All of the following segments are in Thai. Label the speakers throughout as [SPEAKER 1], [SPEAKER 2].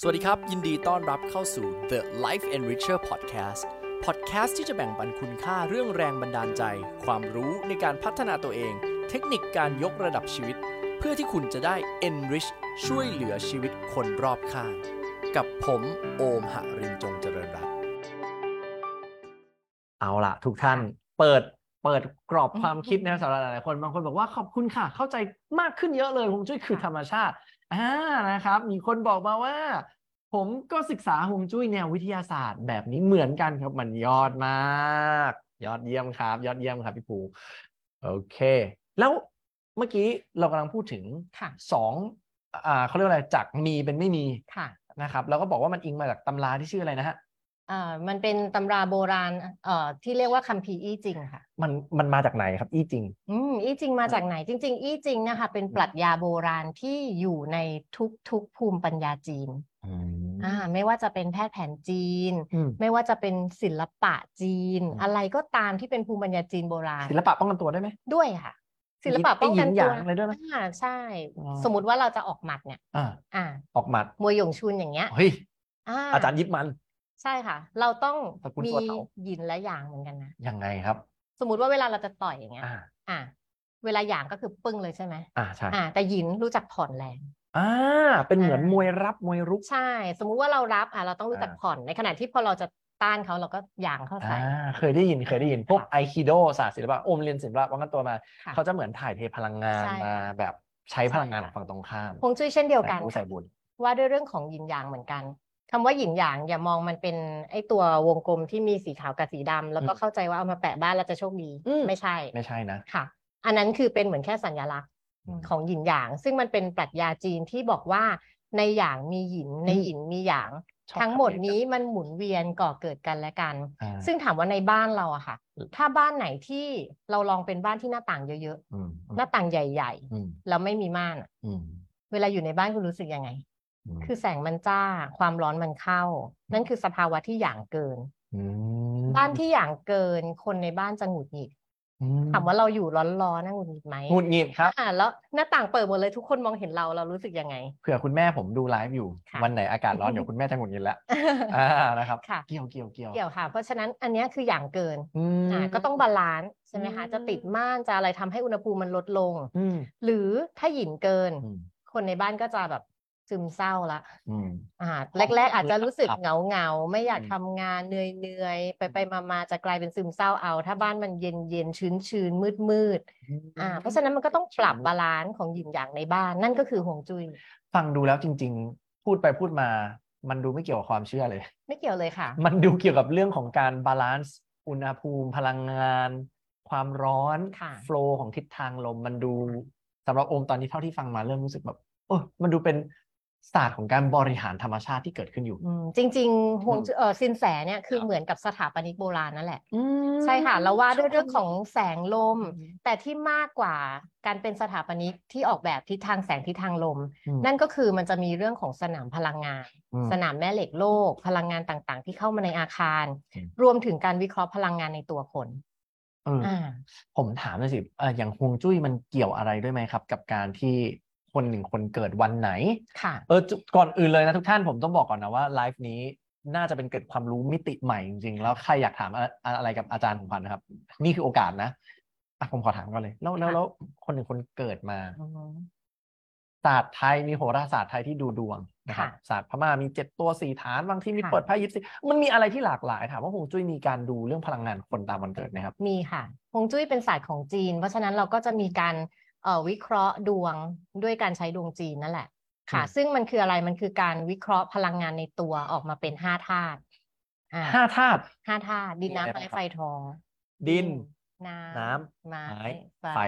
[SPEAKER 1] สวัสดีครับ ยินดีต้อนรับเข้าสู่ The Life Enricher Podcast Podcast ที่จะแบ่งปันคุณค่าเรื่องแรงบันดาลใจ ความรู้ในการพัฒนาตัวเอง เทคนิคการยกระดับชีวิต เพื่อที่คุณจะได้ enrich ช่วยเหลือชีวิตคนรอบข้าง กับผมโอมหรินจงเจริญรัตน์
[SPEAKER 2] เอาละทุกท่านเปิดเปิดกรอบความคิดนะครับสำหรับหลายๆคนบางคนบอกว่าขอบคุณค่ะ เข้าใจมากขึ้นเยอะเลยผมจุ้ยคือธรรมชาติอ่านะครับ มีคนบอกมาว่า ผมก็ศึกษาฮวงจุ้ยแนววิทยาศาสตร์ แบบนี้เหมือนกันครับมันยอดมาก ยอดเยี่ยมครับ ยอดเยี่ยมครับพี่ปูโอเค แล้วเมื่อกี้เรากำลังพูดถึง
[SPEAKER 3] ค่ะ
[SPEAKER 2] สองอ่าเขาเรียกว่าอะไรจากมีเป็นไม่มี
[SPEAKER 3] ค่ะ
[SPEAKER 2] นะครับ แล้วก็บอกว่ามันอิงมาจากตำราที่ชื่ออะไรนะฮะ
[SPEAKER 3] เอ่อมันเป็นตำราโบราณเอ่อที่เรียกว่าคัมภีร์อี้จริงค่ะ
[SPEAKER 2] มันมันมาจากไหนครับอี้จริง
[SPEAKER 3] อืมอี้จริงมาจากไหน จริง ๆ อี้จริงนะคะ เป็นปรัชญาโบราณที่อยู่ในทุกๆภูมิปัญญาจีน อ่า ไม่ว่าจะเป็นแพทย์แผนจีน
[SPEAKER 2] อืม
[SPEAKER 3] ไม่ว่าจะเป็นศิลปะจีน
[SPEAKER 2] อืม
[SPEAKER 3] อะไรก็ตามที่เป็นภูมิปัญญาจีนโบราณ
[SPEAKER 2] ศิลปะป้องกันตัวได้ไหม
[SPEAKER 3] ด้วยค่ะ ศิลปะป้องกัน
[SPEAKER 2] ไอ้หยินห
[SPEAKER 3] ตั
[SPEAKER 2] ยาว งอะไรด้วยไหม
[SPEAKER 3] อ่าใช่
[SPEAKER 2] อ๋อ
[SPEAKER 3] สมมติว่าเราจะออกหมัดเนี่ย
[SPEAKER 2] อ่า
[SPEAKER 3] อ่า
[SPEAKER 2] ออกหมัด
[SPEAKER 3] มวยหยงชุนอย่างเงี้ย
[SPEAKER 2] เฮ้ย
[SPEAKER 3] อ่า
[SPEAKER 2] อาจารย์ยิบมัน
[SPEAKER 3] ใช่ค่ะ เราต้อง
[SPEAKER 2] ตระกูล
[SPEAKER 3] มี
[SPEAKER 2] ตัวเถา
[SPEAKER 3] หยินและหยางเหมือนกันนะ
[SPEAKER 2] ยังไงครับ
[SPEAKER 3] สมมติว่าเวลาเราจะต่อยอย่างเงี้ย
[SPEAKER 2] อ่า
[SPEAKER 3] อ่ะเวลาหยางก็คือปึ้งเลยใช่ไหม
[SPEAKER 2] อ่าใช่
[SPEAKER 3] อ่ะแต่หยินรู้จักผ่อนแรง
[SPEAKER 2] อ่าเป็นเหมือน
[SPEAKER 3] อ่าม ม
[SPEAKER 2] วยรับมวยรุก
[SPEAKER 3] ใช่ สมมุติว่าเรารับอ่ะเราต้องรู้จัก
[SPEAKER 2] อ่า
[SPEAKER 3] ผ่อนในขณะที่พอเราจะต้านเขาเราก็หยางเข้าใส่
[SPEAKER 2] อ่าเคยได้ยินเคยได้ยินพวก
[SPEAKER 3] ค่ะ
[SPEAKER 2] ไอคิโดศาสตร์ศิลปะโอมเรียนศิลปะป้องกันตัวมา
[SPEAKER 3] ค่ะ
[SPEAKER 2] เขาจะเหมือนถ่ายเทพลังงาน
[SPEAKER 3] ใช่ค่ะ
[SPEAKER 2] มาแบบใช้พลังงาน
[SPEAKER 3] ใช่
[SPEAKER 2] ของ
[SPEAKER 3] ค่ะ
[SPEAKER 2] ฝั่งตรงข้าม
[SPEAKER 3] ฮวงจุ้ยเช่นเดียวกัน
[SPEAKER 2] ใส่ผู้ใส่บุญ
[SPEAKER 3] ว่าด้วยเรื่องของหยินหยางเหมือนกันคำว่าหยินหยางอย่ามองมันเป็นไอ้ตัววงกลมที่มีสีขาวกับสีดำแล้วก็
[SPEAKER 2] อืม
[SPEAKER 3] เข้าใจว่าเอามาแปะบ้านแล้วจะโชคดี
[SPEAKER 2] อืม
[SPEAKER 3] ไม่ใช่
[SPEAKER 2] ไม่ใช่นะ
[SPEAKER 3] ค่ะ อันนั้นคือเป็นเหมือนแค่สัญลักษณ์ ของหยินหยาง ซึ่งมันเป็นปรัชญาจีนที่บอกว่าในหยางมีหยินในหยินมีหยาง
[SPEAKER 2] ชอบ
[SPEAKER 3] ทั้งหมด
[SPEAKER 2] คำ
[SPEAKER 3] นี้มันหมุนเวียนก่อเกิดกันและกัน
[SPEAKER 2] อ่า
[SPEAKER 3] ซึ่งถามว่าในบ้านเราอะค่ะ
[SPEAKER 2] อืม
[SPEAKER 3] ถ้าบ้านไหนที่เราลองเป็นบ้านที่หน้าต่างเยอะ
[SPEAKER 2] อืมอื
[SPEAKER 3] ๆ
[SPEAKER 2] ม
[SPEAKER 3] หน้าต่างใหญ่
[SPEAKER 2] อืม
[SPEAKER 3] ๆ แล้วไม่มีม่านอะ
[SPEAKER 2] อืม
[SPEAKER 3] เวลาอยู่ในบ้านคุณรู้สึกยังไง
[SPEAKER 2] ม
[SPEAKER 3] คือแสงมันจ้า ความร้อนมันเข้า นั่นคือสภาวะที่หยางเกิน
[SPEAKER 2] ม
[SPEAKER 3] บ้านที่หยางเกิน คนในบ้านจะหงุดหงิด
[SPEAKER 2] อืม
[SPEAKER 3] ถามว่าเราอยู่ร้อนๆนะหงุดหงิดไหม
[SPEAKER 2] หงุดหงิดครับ
[SPEAKER 3] อ่าแล้วหน้าต่างเปิดหมดเลยทุกคนมองเห็นเราเรารู้สึกยังไง
[SPEAKER 2] เผื่อคุณแม่ผมดูไลฟ์อยู่
[SPEAKER 3] ค่ะ
[SPEAKER 2] วันไหนอากาศร้อนเดี๋ยวคุณแม่จะหงุดหงิด แล้ว อ่านะครับ
[SPEAKER 3] ค่ะ
[SPEAKER 2] เกี่ยวเกี่ยวเกี่ยว
[SPEAKER 3] เกี่ยวค่ะ เพราะฉะนั้นอันเนี้ยคืออย่างเกิน
[SPEAKER 2] อืม
[SPEAKER 3] อ่าก็ต้องบาลานซ์ใช่ไหมคะ
[SPEAKER 2] อืม
[SPEAKER 3] จะติดม่านจะอะไรทำให้อุณหภูมิมันลดลง
[SPEAKER 2] อืม
[SPEAKER 3] หรือถ้าหยินเกิน
[SPEAKER 2] อืม
[SPEAKER 3] คนในบ้านก็จะแบบซึมเศร้าละ
[SPEAKER 2] อืม
[SPEAKER 3] อ่าแรก ๆ อาจจะรู้สึก
[SPEAKER 2] ครับ
[SPEAKER 3] เหงาเหงาๆไม่อยาก
[SPEAKER 2] อืม
[SPEAKER 3] ทำงานเหนื่อยเหนื่อยไปไปมามาจะกลายเป็นซึมเศร้าเอา ถ้าบ้านมันเย็นเย็นชื้นชื้นมืดมืดๆอ่า เพราะฉะนั้นมันก็ต้องปรับบาลานซ์ของหยินหยางในบ้านนั่นก็คือห่วงจุ้ย
[SPEAKER 2] ฟังดูแล้วจริง ๆ พูดไปพูดมา มันดูไม่เกี่ยวกับความเชื่อเลย
[SPEAKER 3] ไม่เกี่ยวเลยค่ะ
[SPEAKER 2] มันดูเกี่ยวกับเรื่องของการบาลานซ์อุณหภูมิพลังงาน ความร้อน
[SPEAKER 3] ค่ะ
[SPEAKER 2] โฟลว์ของทิศทางลม มันดูสำหรับโอมตอนนี้เท่าที่ฟังมาเริ่มรู้สึกแบบโอ้ยมันดูเป็นศาสตร์ของการบริหารธรรมชาติที่เกิดขึ้นอยู่
[SPEAKER 3] อืมจริงๆห่วงจุ้ยเออสินแสเนี่ยคือ
[SPEAKER 2] ครับ
[SPEAKER 3] เหมือนกับสถาปนิกโบราณนั่นแหละ
[SPEAKER 2] อืม
[SPEAKER 3] ใช่ค่ะเราว่าด้วยเรื่องของแสงลม
[SPEAKER 2] อืม
[SPEAKER 3] แต่ที่มากกว่าการเป็นสถาปนิกที่ออกแบบทิศทางแสงทิศทางลม
[SPEAKER 2] อืม
[SPEAKER 3] นั่นก็คือมันจะมีเรื่องของสนามพลังงาน
[SPEAKER 2] อืม
[SPEAKER 3] สนามแม่เหล็กโลก พลังงานต่างๆ ที่เข้ามาในอาคาร
[SPEAKER 2] อืม
[SPEAKER 3] รวมถึงการวิเคราะห์พลังงานในตัวคน
[SPEAKER 2] เออ
[SPEAKER 3] อ่า
[SPEAKER 2] ผมถามหน่อยสิเอ่ออย่างฮวงจุ้ยมันเกี่ยวอะไรด้วยไหมครับ กับการที่คนหนึ่งคนเกิดวันไหน
[SPEAKER 3] ค่ะ
[SPEAKER 2] เออจุก่อนอื่นเลยนะทุกท่านผมต้องบอกก่อนนะว่าไลฟ์นี้น่าจะเป็นเกิดความรู้มิติใหม่จริงๆ แล้วใครอยากถามอะอะอะไรกับอาจารย์ของพันนะครับ นี่คือโอกาสนะอ่ะผมขอถามก่อนเลยแล้วแล้ว
[SPEAKER 3] ค่ะ
[SPEAKER 2] แล้วคนหนึ่งคนเกิดมาศาสตร์ไทยมีโหราศาสตร์ไทยที่ดูดวงนะครับศาสตร์พม่ามีเจ็ดตัวสี่ฐานบางที่มีเปิดไพ่ยิปซีมันมีอะไรที่หลากหลาย ถามว่าฮวงจุ้ยมีการดูเรื่องพลังงานคนตามวันเกิดไหมครับ
[SPEAKER 3] มีค่ะฮวงจุ้ยเป็นศาสตร์ของจีน เพราะฉะนั้นเราก็จะมีการเอ่อวิเคราะห์ดวงด้วยการใช้ดวงจีนนั่นแหละค่ะ
[SPEAKER 2] อืม
[SPEAKER 3] ซึ่งมันคืออะไรมันคือการวิเคราะห์พลังงานในตัวออกมาเป็นห้าธาตุอ่า
[SPEAKER 2] ห้าธาตุ
[SPEAKER 3] ห้าธาตุดิน
[SPEAKER 2] มีอะไร
[SPEAKER 3] น้ำไฟ
[SPEAKER 2] บ้างครับ
[SPEAKER 3] ไฟทอง
[SPEAKER 2] ดิน
[SPEAKER 3] น้ำ
[SPEAKER 2] น้
[SPEAKER 3] ไม้
[SPEAKER 2] ไม้
[SPEAKER 3] ไฟ
[SPEAKER 2] ไฟ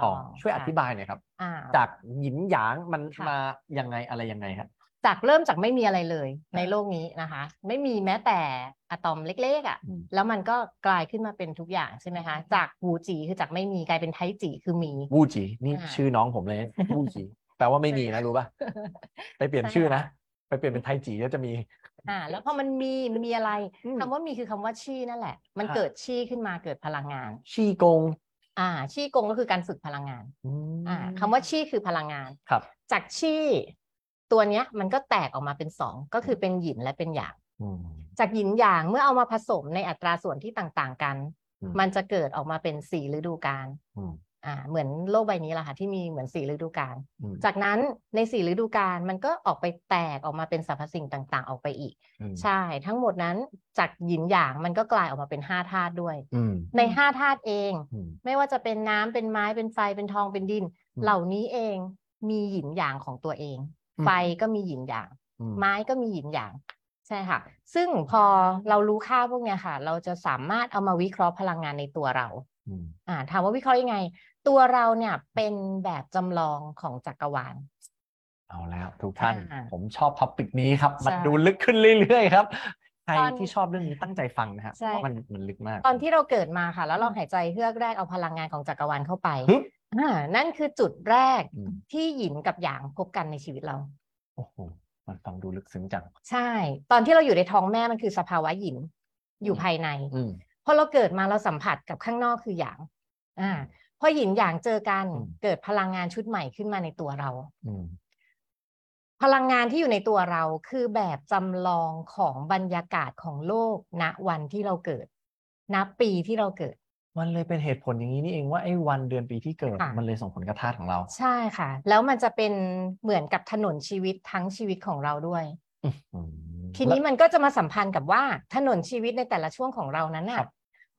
[SPEAKER 2] ทองช่วยอ
[SPEAKER 3] ค่ะ
[SPEAKER 2] ธิบายหน่อยครับ
[SPEAKER 3] อ่
[SPEAKER 2] จากหยินหยางมัน
[SPEAKER 3] ค่ะ
[SPEAKER 2] มายังไงอะไรยังไงครับ
[SPEAKER 3] จากเริ่มจากไม่มีอะไรเลยในโลกนี้นะคะ ไม่มีแม้แต่อะตอมเล็กๆอ่ะ
[SPEAKER 2] อืม
[SPEAKER 3] แล้วมันก็กลายขึ้นมาเป็นทุกอย่างใช่ไหมคะ จากวูจีคือจากไม่มีกลายเป็นไทจีคือมี
[SPEAKER 2] วูจีนี่
[SPEAKER 3] อ่า
[SPEAKER 2] ชื่อน้องผมเลย วูจีแปลว่าไม่มีนะรู้ป่ะไปเปลี่ยน
[SPEAKER 3] ใช่
[SPEAKER 2] ชื่อนะ
[SPEAKER 3] ค่ะ
[SPEAKER 2] ไปเปลี่ยนเป็นไทจีแล้วจะมี
[SPEAKER 3] อ่า แล้วพอมันมีมันมีอะไร
[SPEAKER 2] อืม
[SPEAKER 3] คำว่ามีคือคำว่าชีนั่นแหละ มัน
[SPEAKER 2] ค่ะ
[SPEAKER 3] เกิดชีขึ้นมาเกิดพลังงาน
[SPEAKER 2] ชีกง
[SPEAKER 3] อ่า ชีกงก็คือการฝึกพลังงาน
[SPEAKER 2] อืม
[SPEAKER 3] อ่าคำว่าชีคือพลังงาน
[SPEAKER 2] ครับ
[SPEAKER 3] จากชี่ ตัวเนี้ยมันก็แตกออกมาเป็นสองก็คือเป็นหยินและเป็นหยาง
[SPEAKER 2] อืม
[SPEAKER 3] จากหยินหยางเมื่อเอามาผสมในอัตราส่วนที่ต่างๆกัน
[SPEAKER 2] อืม
[SPEAKER 3] มันจะเกิดออกมาเป็นสี่ฤดูกาล
[SPEAKER 2] อืม
[SPEAKER 3] อ่าเหมือนโลกใบนี้แหละค่ะที่มีเหมือนสี่ฤดูกาล
[SPEAKER 2] อืม
[SPEAKER 3] จากนั้นในสี่ฤดูกาลมันก็ออกไปแตกออกมาเป็นสรรพสิ่งต่างๆ ออกไปอีก
[SPEAKER 2] อืม
[SPEAKER 3] ใช่ ทั้งหมดนั้นจากหยินหยางมันก็กลายออกมาเป็นห้าธาตุด้วย
[SPEAKER 2] อืม
[SPEAKER 3] ในห้าธาตุเอง
[SPEAKER 2] อืม
[SPEAKER 3] ไม่ว่าจะเป็นน้ำเป็นไม้เป็นไฟเป็นทองเป็นดิน
[SPEAKER 2] อืม
[SPEAKER 3] เหล่านี้เองมีหยินหยางของตัวเอง
[SPEAKER 2] อืม
[SPEAKER 3] ไฟก็มีหยินหยาง
[SPEAKER 2] อืม
[SPEAKER 3] ไม้ก็มีหยินหยาง ใช่ค่ะ ซึ่งพอเรารู้ค่าพวกเนี้ยค่ะ เราจะสามารถเอามาวิเคราะห์พลังงานในตัวเรา
[SPEAKER 2] อืม
[SPEAKER 3] อ่าถามว่าวิเคราะห์ยังไง ตัวเราเนี่ยเป็นแบบจำลองของจักรวาล
[SPEAKER 2] เอาแล้วทุกท่าน
[SPEAKER 3] อ่า
[SPEAKER 2] ผมชอบท็อปิกนี้ครับ
[SPEAKER 3] ใช่
[SPEAKER 2] มันดูลึกขึ้นเรื่อยๆครับ ใคร
[SPEAKER 3] ตอน
[SPEAKER 2] ที่ชอบเรื่องนี้ตั้งใจฟังนะฮะ
[SPEAKER 3] ใช่
[SPEAKER 2] เพราะมันมันลึกมาก
[SPEAKER 3] ตอนที่เราเกิดมาค่ะ แล้วลองหายใจเฮือกแรกเอาพลังงานของจักรวาลเข้าไป
[SPEAKER 2] ฮึบ
[SPEAKER 3] อ่านั่นคือจุดแรก
[SPEAKER 2] อืม
[SPEAKER 3] ที่หยินกับหยางพบกันในชีวิตเรา
[SPEAKER 2] โอ้โหมันฟังดูลึกซึ้งจัง
[SPEAKER 3] ใช่ ตอนที่เราอยู่ในท้องแม่มันคือสภาวะหยินอยู่
[SPEAKER 2] อืม
[SPEAKER 3] ภายใน
[SPEAKER 2] อืม
[SPEAKER 3] พอเราเกิดมาเราสัมผัสกับข้างนอกคือหยาง อ่า พอหยินหยางเจอกัน
[SPEAKER 2] อืม
[SPEAKER 3] เกิดพลังงานชุดใหม่ขึ้นมาในตัวเรา
[SPEAKER 2] อืม
[SPEAKER 3] พลังงานที่อยู่ในตัวเราคือแบบจำลองของบรรยากาศของโลกณวันที่เราเกิด ณปีที่เราเกิด
[SPEAKER 2] มันเลยเป็นเหตุผลอย่างนี้นี่เองว่าไอ้วันเดือนปีที่เกิด
[SPEAKER 3] ค่ะ
[SPEAKER 2] มันเลยส่งผลกระทบของเรา
[SPEAKER 3] ใช่ค่ะ แล้วมันจะเป็นเหมือนกับถนนชีวิตทั้งชีวิตของเราด้วย
[SPEAKER 2] อืม
[SPEAKER 3] ที
[SPEAKER 2] และ
[SPEAKER 3] นี้มันก็จะมาสัมพันธ์กับว่าถนนชีวิตในแต่ละช่วงของเรานั้น
[SPEAKER 2] ครั
[SPEAKER 3] น่ะ
[SPEAKER 2] บ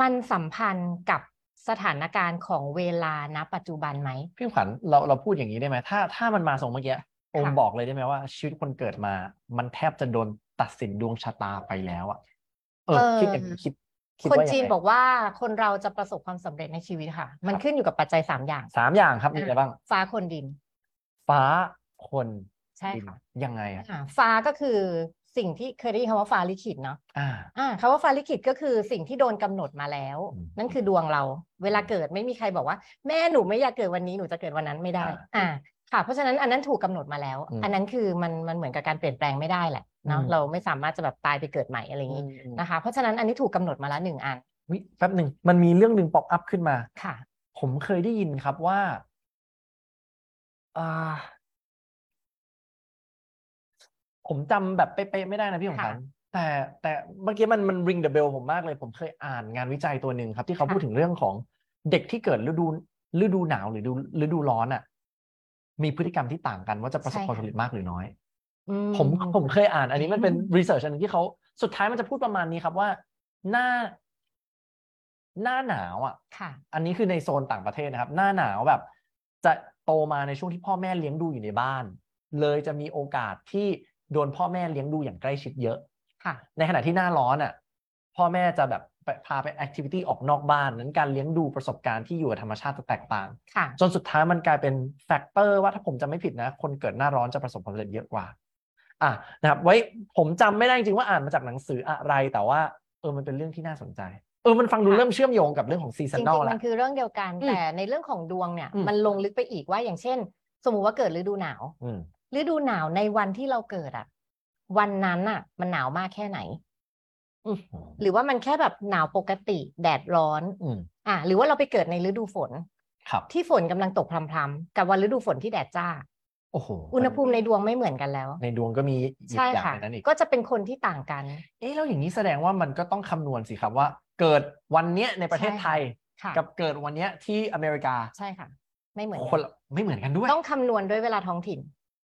[SPEAKER 3] มันสัมพันธ์กับสถานการณ์ของเวลาณปัจจุบันไหม
[SPEAKER 2] พี่ขวัญเราเราพูดอย่างนี้ได้ไหมถ้าถ้ามันมาส่งเมื่อกี้โอม
[SPEAKER 3] ค่ะ
[SPEAKER 2] บอกเลยได้ไหมว่า ชีวิตคนเกิดมา มันแทบจะโดนตัดสินดวงชะตาไปแล้วอะเออคิดอย่างนี้คิดคิด
[SPEAKER 3] คน
[SPEAKER 2] ว่ายัง
[SPEAKER 3] จีน
[SPEAKER 2] ไง
[SPEAKER 3] บอกว่าคนเราจะประสบความสำเร็จในชีวิตค่ะ มันขึ้นอยู่กับปัจจัยสามอย่าง
[SPEAKER 2] สามอย่างครับมี
[SPEAKER 3] อ่ะ
[SPEAKER 2] อะไรบ้าง
[SPEAKER 3] ฟ้าคนดิน
[SPEAKER 2] ฟ้าคน
[SPEAKER 3] ใช่
[SPEAKER 2] ดิน
[SPEAKER 3] ค่ะ
[SPEAKER 2] ยังไงอะ
[SPEAKER 3] อ่าฟ้าก็คือสิ่งที่เคยได้ยินคำว่าฟ้าลิขิตเนาะ
[SPEAKER 2] อ่า
[SPEAKER 3] อ่าคำว่าฟ้าลิขิตก็คือสิ่งที่โดนกำหนดมาแล้ว
[SPEAKER 2] อืม
[SPEAKER 3] นั่นคือดวงเรา เวลาเกิดไม่มีใครบอกว่า แม่หนูไม่อยากเกิดวันนี้หนูจะเกิดวันนั้นไม่ได้
[SPEAKER 2] อ่า
[SPEAKER 3] อ่า ค่ะ เพราะฉะนั้นอันนั้นถูกกำหนดมาแล้ว
[SPEAKER 2] อืม
[SPEAKER 3] อันนั้นคือมันมันเหมือนกับการเปลี่ยนแปลงไม่ได้แหละเนาะ
[SPEAKER 2] อืม
[SPEAKER 3] เราไม่สามารถจะแบบตายไปเกิดใหม่อะไรอย่างนี้นะคะ เพราะฉะนั้นอันนี้ถูกกำหนดมาแล้วหนึ่งอัน
[SPEAKER 2] วิแป๊บหนึ่งมันมีเรื่องหนึ่งป๊อปอัพขึ้นมา
[SPEAKER 3] ค่ะ
[SPEAKER 2] ผมเคยได้ยินครับว่าอ่า ผมจำแบบเป๊ะๆไม่ได้นะพี่ของ
[SPEAKER 3] ค่ะ
[SPEAKER 2] ขันแต่แต่เมื่อกี้มันมันริงเดอะเบลผมมากเลย ผมเคยอ่านงานวิจัยตัวหนึ่งครับ ที่เขา
[SPEAKER 3] ค่ะ
[SPEAKER 2] พูดถึงเรื่องของเด็กที่เกิดฤดูฤดูหนาวหรือฤดูฤดูร้อนอ่ะ มีพฤติกรรมที่ต่างกันว่าจะประสบความสำเร็จมากหรือน้อย
[SPEAKER 3] อื
[SPEAKER 2] ผมผมเคยอ่านอันนี้มันเป็น
[SPEAKER 3] อืม
[SPEAKER 2] รีเสิร์ชอันหนึงที่เขาสุดท้ายมันจะพูดประมาณนี้ครับว่าหน้า หน้าหนาวอ่ะ
[SPEAKER 3] ค่ะ
[SPEAKER 2] อันนี้คือในโซนต่างประเทศนะครับ หน้าหนาวแบบ จะโตมาในช่วงที่พ่อแม่เลี้ยงดูอยู่ในบ้าน เลยจะมีโอกาสที่โดนพ่อแม่เลี้ยงดูอย่างใกล้ชิดเยอะ
[SPEAKER 3] ค่ะ
[SPEAKER 2] ในขณะที่หน้าร้อนอ่ะ พ่อแม่จะแบบไปพาไปแอคทิวิตี้ออกนอกบ้านนั้นการเลี้ยงดูประสบการณ์ที่อยู่กับธรรมชาติจะแตกต่าง
[SPEAKER 3] ค่ะ
[SPEAKER 2] จนสุดท้ายมันกลายเป็นแฟกเตอร์ว่าถ้าผมจะไม่ผิดนะ คนเกิดหน้าร้อนจะประสบความสำเร็จเยอะกว่า อ่ะนะครับ ไว้ผมจำไม่ได้จริงๆว่าอ่านมาจากหนังสืออะไร แต่ว่าเออมันเป็นเรื่องที่น่าสนใจ เออมันฟังดู
[SPEAKER 3] ค่ะ
[SPEAKER 2] เริ่มเชื่อมโยงกับเรื่องของซี
[SPEAKER 3] จ
[SPEAKER 2] ซัน
[SPEAKER 3] ริ
[SPEAKER 2] นอล
[SPEAKER 3] งๆ
[SPEAKER 2] แล้
[SPEAKER 3] มั
[SPEAKER 2] ว
[SPEAKER 3] นคือเรื่องเดียวกัน
[SPEAKER 2] อืม
[SPEAKER 3] แต่ในเรื่องของดวงเนี่ย
[SPEAKER 2] อืม
[SPEAKER 3] มันลงลึกไปอีกว่าอย่างเช่น สมมุติว่าเกิดฤดูหนาว
[SPEAKER 2] อืม
[SPEAKER 3] ฤดูหนาวในวันที่เราเกิดอ่ะ วันนั้นอ่ะ มันหนาวมากแค่ไหน หรือว่ามันแค่แบบหนาวปกติ แดดร้อน
[SPEAKER 2] อืม
[SPEAKER 3] อ่ะหรือว่าเราไปเกิดในฤดูฝน
[SPEAKER 2] ครับ
[SPEAKER 3] ที่ฝนกำลังตกพรำๆกับวันฤดูฝนที่แดดจ้า
[SPEAKER 2] โอ้โห
[SPEAKER 3] อุณหภูมิในดวงไม่เหมือนกันแล้ว
[SPEAKER 2] ในดวงก็มีอีก
[SPEAKER 3] ใช่
[SPEAKER 2] อย่าง
[SPEAKER 3] ค่ะ
[SPEAKER 2] ในนั้นอีก
[SPEAKER 3] ก็จะเป็นคนที่ต่างกัน
[SPEAKER 2] เอ๊ะแล้วอย่างนี้แสดงว่ามันก็ต้องคำนวณสิครับว่า เกิดวันเนี้ยในประเทศไทย
[SPEAKER 3] ค่ะ
[SPEAKER 2] กับเกิดวันเนี้ยที่อเมริกา
[SPEAKER 3] ใช่ค่ะ ไม่เหมือน
[SPEAKER 2] ค
[SPEAKER 3] กัน
[SPEAKER 2] ละไม่เหมือนกันด้วย
[SPEAKER 3] นต้องคำนวณด้วยเวลาท้องถิ่น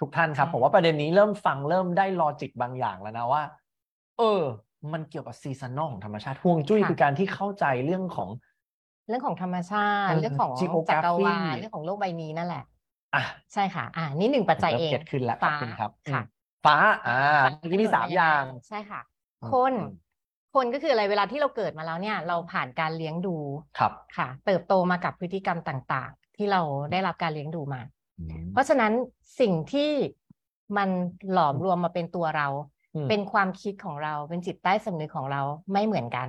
[SPEAKER 2] ทุกท่านครับ
[SPEAKER 3] ใช่
[SPEAKER 2] ผมว่าประเด็นนี้เริ่มฟังเริ่มได้ลอจิกบางอย่างแล้วนะว่า เออ มันเกี่ยวกับซีซันนอลของธรรมชาติห่วงจุ้ยคือการที่เข้าใจเรื่องของ
[SPEAKER 3] เรื่องของธรรมชาติ
[SPEAKER 2] เออ
[SPEAKER 3] เรื่องของ
[SPEAKER 2] geography
[SPEAKER 3] จักรวาลเรื่องของโลกใบนี้นั่นแหละ
[SPEAKER 2] อ่ะ
[SPEAKER 3] ใช่ค่ะ อ่า นี่หนึ่งปัจจัยเอง
[SPEAKER 2] เกิดขึ้นแล้วขอบ
[SPEAKER 3] ฟ้า
[SPEAKER 2] คุณครับอืม
[SPEAKER 3] ค่ะ
[SPEAKER 2] ฟ้า อ่าเมื่อกี้มีสามอย่าง
[SPEAKER 3] ใช่ค่ะ คน
[SPEAKER 2] อืม
[SPEAKER 3] คนก็คืออะไรเวลาที่เราเกิดมาแล้วเนี่ย เราผ่านการเลี้ยงดู
[SPEAKER 2] ครับ
[SPEAKER 3] ค่ะ เติบโตมากับพฤติกรรมต่างๆ ที่เราได้รับการเลี้ยงดูมา
[SPEAKER 2] อืม
[SPEAKER 3] เพราะฉะนั้นสิ่งที่มันหลอมรวมมาเป็นตัวเรา
[SPEAKER 2] อืม
[SPEAKER 3] เป็นความคิดของเราเป็นจิตใต้สำนึกของเราไม่เหมือนกัน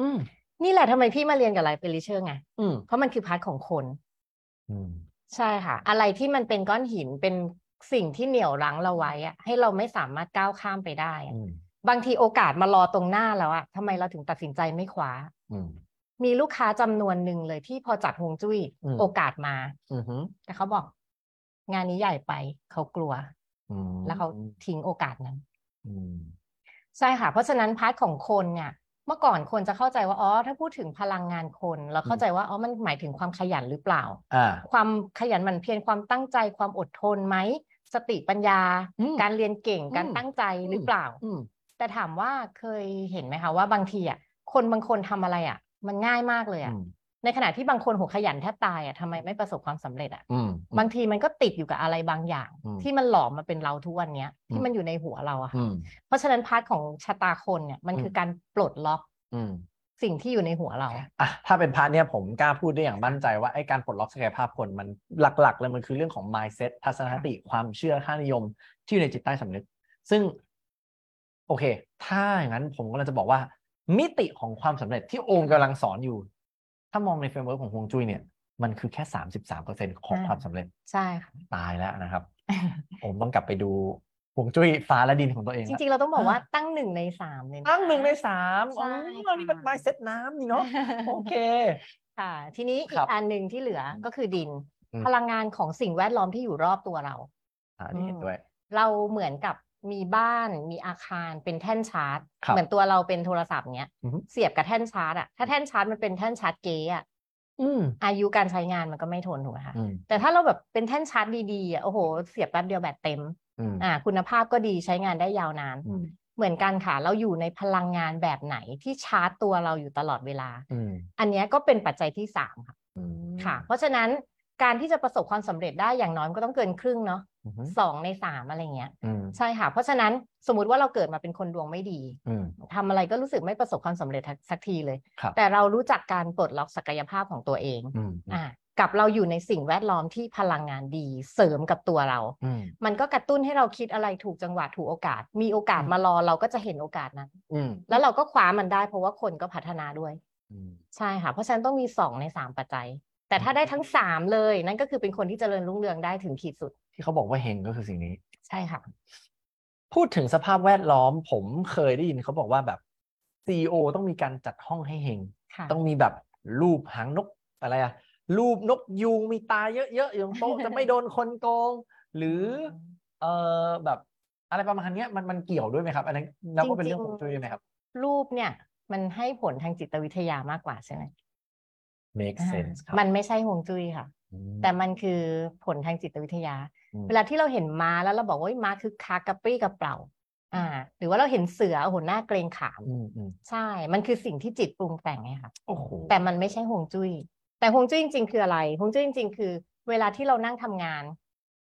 [SPEAKER 2] อืม
[SPEAKER 3] นี่แหละทำไมพี่มาเรียนกับไลฟ์เปริเชอร์ไง
[SPEAKER 2] อืม
[SPEAKER 3] เพราะมันคือพาร์ทของคน
[SPEAKER 2] อืม
[SPEAKER 3] ใช่ค่ะ อะไรที่มันเป็นก้อนหินเป็นสิ่งที่เหนี่ยวรั้งเราไว้อะให้เราไม่สามารถก้าวข้ามไปได้อะ
[SPEAKER 2] อืม
[SPEAKER 3] บางทีโอกาสมารอตรงหน้าแล้วอะทำไมเราถึงตัดสินใจไม่คว้า
[SPEAKER 2] อืม
[SPEAKER 3] มีลูกค้าจำนวนหนึ่งเลยที่พอจัดฮวงจุ้ย
[SPEAKER 2] อืม
[SPEAKER 3] โอกาสมา
[SPEAKER 2] อืม
[SPEAKER 3] แต่เขาบอก งานนี้ใหญ่ไปเขากลัว
[SPEAKER 2] อืม
[SPEAKER 3] แล้วเขาทิ้งโอกาสนั้น
[SPEAKER 2] อืม
[SPEAKER 3] ใช่ค่ะ เพราะฉะนั้นพาร์ทของคนเนี่ยเมื่อก่อนคนจะเข้าใจว่าอ๋อถ้าพูดถึงพลังงานคนเราเข้าใจว่าอ๋อมันหมายถึงความขยันหรือเปล่า
[SPEAKER 2] อ่า
[SPEAKER 3] ความขยันหมั่นเพียรความตั้งใจความอดทนไหมสติปัญญา
[SPEAKER 2] อืม
[SPEAKER 3] การเรียนเก่งการ
[SPEAKER 2] อืม
[SPEAKER 3] ตั้งใจหรือเปล่า
[SPEAKER 2] อืม
[SPEAKER 3] แต่ถามว่าเคยเห็นไหมคะว่าบางทีอ่ะคนบางคนทำอะไรอ่ะ มันง่ายมากเลย
[SPEAKER 2] อื
[SPEAKER 3] อ่ะ
[SPEAKER 2] ม
[SPEAKER 3] ในขณะที่บางคนหัวขยันแทบตายอ่ะทำไมไม่ประสบความสำเร็จอ่ะ
[SPEAKER 2] อืม
[SPEAKER 3] บางทีมันก็ติดอยู่กับอะไรบางอย่าง
[SPEAKER 2] อืม
[SPEAKER 3] ที่มันหลอมมาเป็นเราทุกวันเนี้ย
[SPEAKER 2] อื
[SPEAKER 3] ที่
[SPEAKER 2] ม
[SPEAKER 3] มันอยู่ในหัวเราอะค่ะ
[SPEAKER 2] อืม
[SPEAKER 3] เพราะฉะนั้นพาร์ทของชะตาคนเนี่ยมัน
[SPEAKER 2] อืม
[SPEAKER 3] คือการปลดล็อก
[SPEAKER 2] อืม
[SPEAKER 3] สิ่งที่อยู่ในหัวเรา
[SPEAKER 2] อ่ะถ้าเป็นพาร์ทเนี่ยผมกล้าพูดได้อย่างมั่นใจว่าไอ้การปลดล็อกศักยภาพคนมันหลัก ๆ เลยมันคือเรื่องของ mindset ทัศนคติความเชื่อค่านิยมที่อยู่ในจิตใต้สำนึก ซึ่ง โอเค ถ้าอย่างนั้นผมก็เลยจะบอกว่า มิติของความสำเร็จที่โอมกำลังสอนอยู่ ถ้ามองในเฟรมเวิร์กของฮวงจุ้ยเนี่ย มันคือแค่สามสิบสามเปอร์เซ็นของ
[SPEAKER 3] อ่า
[SPEAKER 2] ความสำเร็จ
[SPEAKER 3] ใช่ ค่ะ
[SPEAKER 2] ตายแล้วนะครับ ผมต้องกลับไปดูฮวงจุ้ยฟ้าและดินของตัวเอง
[SPEAKER 3] จ
[SPEAKER 2] แล้ว
[SPEAKER 3] ริงๆ เราต้องบอก
[SPEAKER 2] อ่า
[SPEAKER 3] ว่าตั้งหนึ่งในสามเลยนะ
[SPEAKER 2] ตั้งหนึ่งในสาม
[SPEAKER 3] ใช่
[SPEAKER 2] อ๋อนี่มัน
[SPEAKER 3] ค่ะ
[SPEAKER 2] mindset น้ำนี่เนาะโอเค
[SPEAKER 3] ค่ะ ทีนี้อี
[SPEAKER 2] ครั
[SPEAKER 3] ก
[SPEAKER 2] บ
[SPEAKER 3] อันหนึ่งที่เหลือก็คือดิน
[SPEAKER 2] อืม
[SPEAKER 3] พลังงานของสิ่งแวดล้อมที่อยู่รอบตัวเรา
[SPEAKER 2] อ่านี่เห็นด้วย
[SPEAKER 3] เราเหมือนกับมีบ้านมีอาคารเป็นแท่นชาร์จ
[SPEAKER 2] ครับ
[SPEAKER 3] เหมือนตัวเราเป็นโทรศัพท์เนี้ย
[SPEAKER 2] อือฮึ
[SPEAKER 3] เสียบกับแท่นชาร์จอะถ้าแท่นชาร์จมันเป็นแท่นชาร์จเก๊อะ
[SPEAKER 2] อืม
[SPEAKER 3] อายุการใช้งานมันก็ไม่ทนถูกไหมคะ
[SPEAKER 2] อืม
[SPEAKER 3] แต่ถ้าเราแบบเป็นแท่นชาร์จดีๆอ่ะโอ้โห เสียบแป๊บเดียวแบตเต็ม
[SPEAKER 2] อืม
[SPEAKER 3] อ่า คุณภาพก็ดีใช้งานได้ยาวนาน
[SPEAKER 2] อืม
[SPEAKER 3] เหมือนกันค่ะ เราอยู่ในพลังงานแบบไหนที่ชาร์จตัวเราอยู่ตลอดเวลา
[SPEAKER 2] อืม
[SPEAKER 3] อันเนี้ยก็เป็นปัจจัยที่สามค่ะ
[SPEAKER 2] อืม
[SPEAKER 3] ค่ะ เพราะฉะนั้นการที่จะประสบความสำเร็จได้อย่างน้อยมันก็ต้องเกินครึ่งเนาะ
[SPEAKER 2] อืม
[SPEAKER 3] สองในสามอะไรเงี้ย
[SPEAKER 2] อืม
[SPEAKER 3] ใช่ค่ะ เพราะฉะนั้นสมมุติว่าเราเกิดมาเป็นคนดวงไม่ดี
[SPEAKER 2] อืม
[SPEAKER 3] ทำอะไรก็รู้สึกไม่ประสบความสำเร็จทักสักทีเลย
[SPEAKER 2] ครับ
[SPEAKER 3] แต่เรารู้จักการปลดล็อกศักยภาพของตัวเอง
[SPEAKER 2] อืม
[SPEAKER 3] อ่ะกับเราอยู่ในสิ่งแวดล้อมที่พลังงานดีเสริมกับตัวเรา
[SPEAKER 2] อืม
[SPEAKER 3] มันก็กระตุ้นให้เราคิดอะไรถูกจังหวะถูกโอกาส มีโอกาส
[SPEAKER 2] อืม
[SPEAKER 3] มารอเราก็จะเห็นโอกาสนั้น
[SPEAKER 2] อืม
[SPEAKER 3] แล้วเราก็คว้ามันได้เพราะว่าคนก็พัฒนาด้วย
[SPEAKER 2] อืม
[SPEAKER 3] ใช่ค่ะ เพราะฉะนั้นต้องมีสองในสามปัจจัย แต่ถ้าได้ทั้งสามเลย นั่นก็คือเป็นคนที่เจริญรุ่งเรืองได้ถึงขีดสุด
[SPEAKER 2] ที่เขาบอกว่าเฮงก็คือสิ่งนี้
[SPEAKER 3] ใช่ค่ะ
[SPEAKER 2] พูดถึงสภาพแวดล้อม ผมเคยได้ยินเขาบอกว่าแบบซีอต้องมีการจัดห้องให้เฮง
[SPEAKER 3] ค่ะ
[SPEAKER 2] ต้องมีแบบรูปหางนกอะไรอะรูปนกยูงมีตาเยอะๆอยู่บนโต๊ะ จะไม่โดนคนโกง หรือ เออแบบ อะไรประมาณเนี้ยมันมันเกี่ยวด้วยไหมครับ อันนั้นนับว่าเป็นเรื่อง
[SPEAKER 3] จ
[SPEAKER 2] ข
[SPEAKER 3] ริ
[SPEAKER 2] องง
[SPEAKER 3] ๆ
[SPEAKER 2] จุ้ยไหมครับ
[SPEAKER 3] รูปเนี่ย มันให้ผลทางจิตวิทยามากกว่าใช่ไหม
[SPEAKER 2] make
[SPEAKER 3] อ่า
[SPEAKER 2] sense ครับ
[SPEAKER 3] มันไม่ใช่ฮวงจุ้ยค่ะ
[SPEAKER 2] อืม
[SPEAKER 3] แต่มันคือผลทางจิตวิทยา
[SPEAKER 2] อืม
[SPEAKER 3] เวลาที่เราเห็นม้าแล้วเราบอกว่าเฮ้ยม้าคึกคักกระปรี้กระเปร่า อ่า หรือว่าเราเห็นเสือโอ้โหหน้าเกรงขาม
[SPEAKER 2] อืมอืม
[SPEAKER 3] ใช่ มันคือสิ่งที่จิตปรุงแต่งไงค่ะ
[SPEAKER 2] โอ้โห
[SPEAKER 3] แต่มันไม่ใช่ฮวงจุ้ย แต่ฮวงจุ้ยจริงๆคืออะไรฮวงจุ้ยจริงๆคือ เวลาที่เรานั่งทำงาน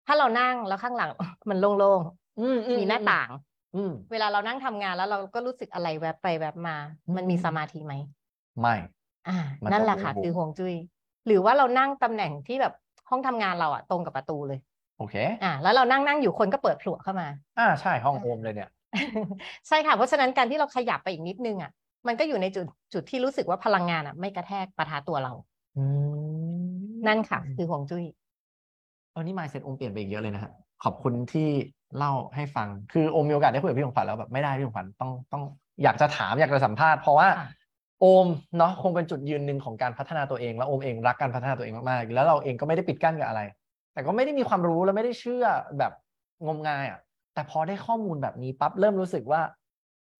[SPEAKER 3] ถ้าเรานั่งแล้วข้างหลัง มันโล่ง
[SPEAKER 2] อืมอื
[SPEAKER 3] ๆมีหน้าต่าง
[SPEAKER 2] อืม
[SPEAKER 3] เวลาเรานั่งทำงานแล้วเราก็รู้สึกอะไรแวบไปแวบมา มันมี
[SPEAKER 2] อืม
[SPEAKER 3] สมาธิไหม
[SPEAKER 2] ไม่
[SPEAKER 3] อ่า
[SPEAKER 2] มัน
[SPEAKER 3] นั่น
[SPEAKER 2] ต้อง
[SPEAKER 3] แหละค่ะ
[SPEAKER 2] รู้
[SPEAKER 3] คือฮวงจุ้ย หรือว่าเรานั่งตำแหน่งที่แบบห้องทำงานเราอะตรงกับประตูเลย
[SPEAKER 2] โอเค
[SPEAKER 3] อ่า แล้วเรานั่งนั่งอยู่คนก็เปิดผลวกเข้ามา
[SPEAKER 2] อ่าใช่ห้องโอมเลยเนี่ย
[SPEAKER 3] ใช่ค่ะ เพราะฉะนั้นการที่เราขยับไปอีกนิดนึงอ่ะ มันก็อยู่ในจุดจุดที่รู้สึกว่าพลังงานอ่ะ ไม่กระแทกปะทะตัวเรา
[SPEAKER 2] อืม
[SPEAKER 3] นั่นค่ะ คือห่วงจุ้ย
[SPEAKER 2] เออนี่ mindset โอมเปลี่ยนไปอีกเยอะเลยนะฮะขอบคุณที่เล่าให้ฟัง คือโอมมีโอกาสได้คุยกับพี่ของขวัญแล้วแบบไม่ได้พี่ของขวัญต้องต้องอยากจะถามอยากจะสัมภาษณ์เพราะว่า
[SPEAKER 3] ค่ะ
[SPEAKER 2] โอมเนาะคงเป็นจุดยืนหนึ่งของการพัฒนาตัวเองแล้วโอมเองรักการพัฒนาตัวเองมากๆแล้วเราเองก็ไม่ได้ปิดกั้นกับอะไร แต่ก็ไม่ได้มีความรู้และไม่ได้เชื่อแบบงมงายอ่ะ แต่พอได้ข้อมูลแบบนี้ปั๊บเริ่มรู้สึกว่า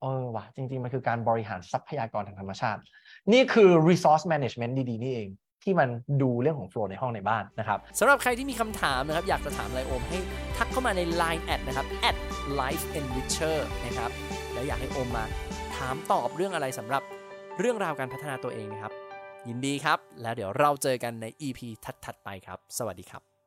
[SPEAKER 2] เออว่ะจริง ๆ มันคือการบริหารทรัพยากรทางธรรมชาติ นี่คือ resource management ดี ๆ นี่เอง ที่มันดูเรื่องของ flow ในห้องในบ้านนะครับ
[SPEAKER 1] สำหรับใครที่มีคำถามนะครับ อยากจะถามไลโอมให้ทักเข้ามาใน Line แอดนะครับ at life enricher นะครับ แล้วอยากให้โอมมาถามตอบเรื่องอะไรสำหรับเรื่องราวการพัฒนาตัวเองนะครับ ยินดีครับ แล้วเดี๋ยวเราเจอกันใน EP ถัด ๆ ไปครับ สวัสดีครับ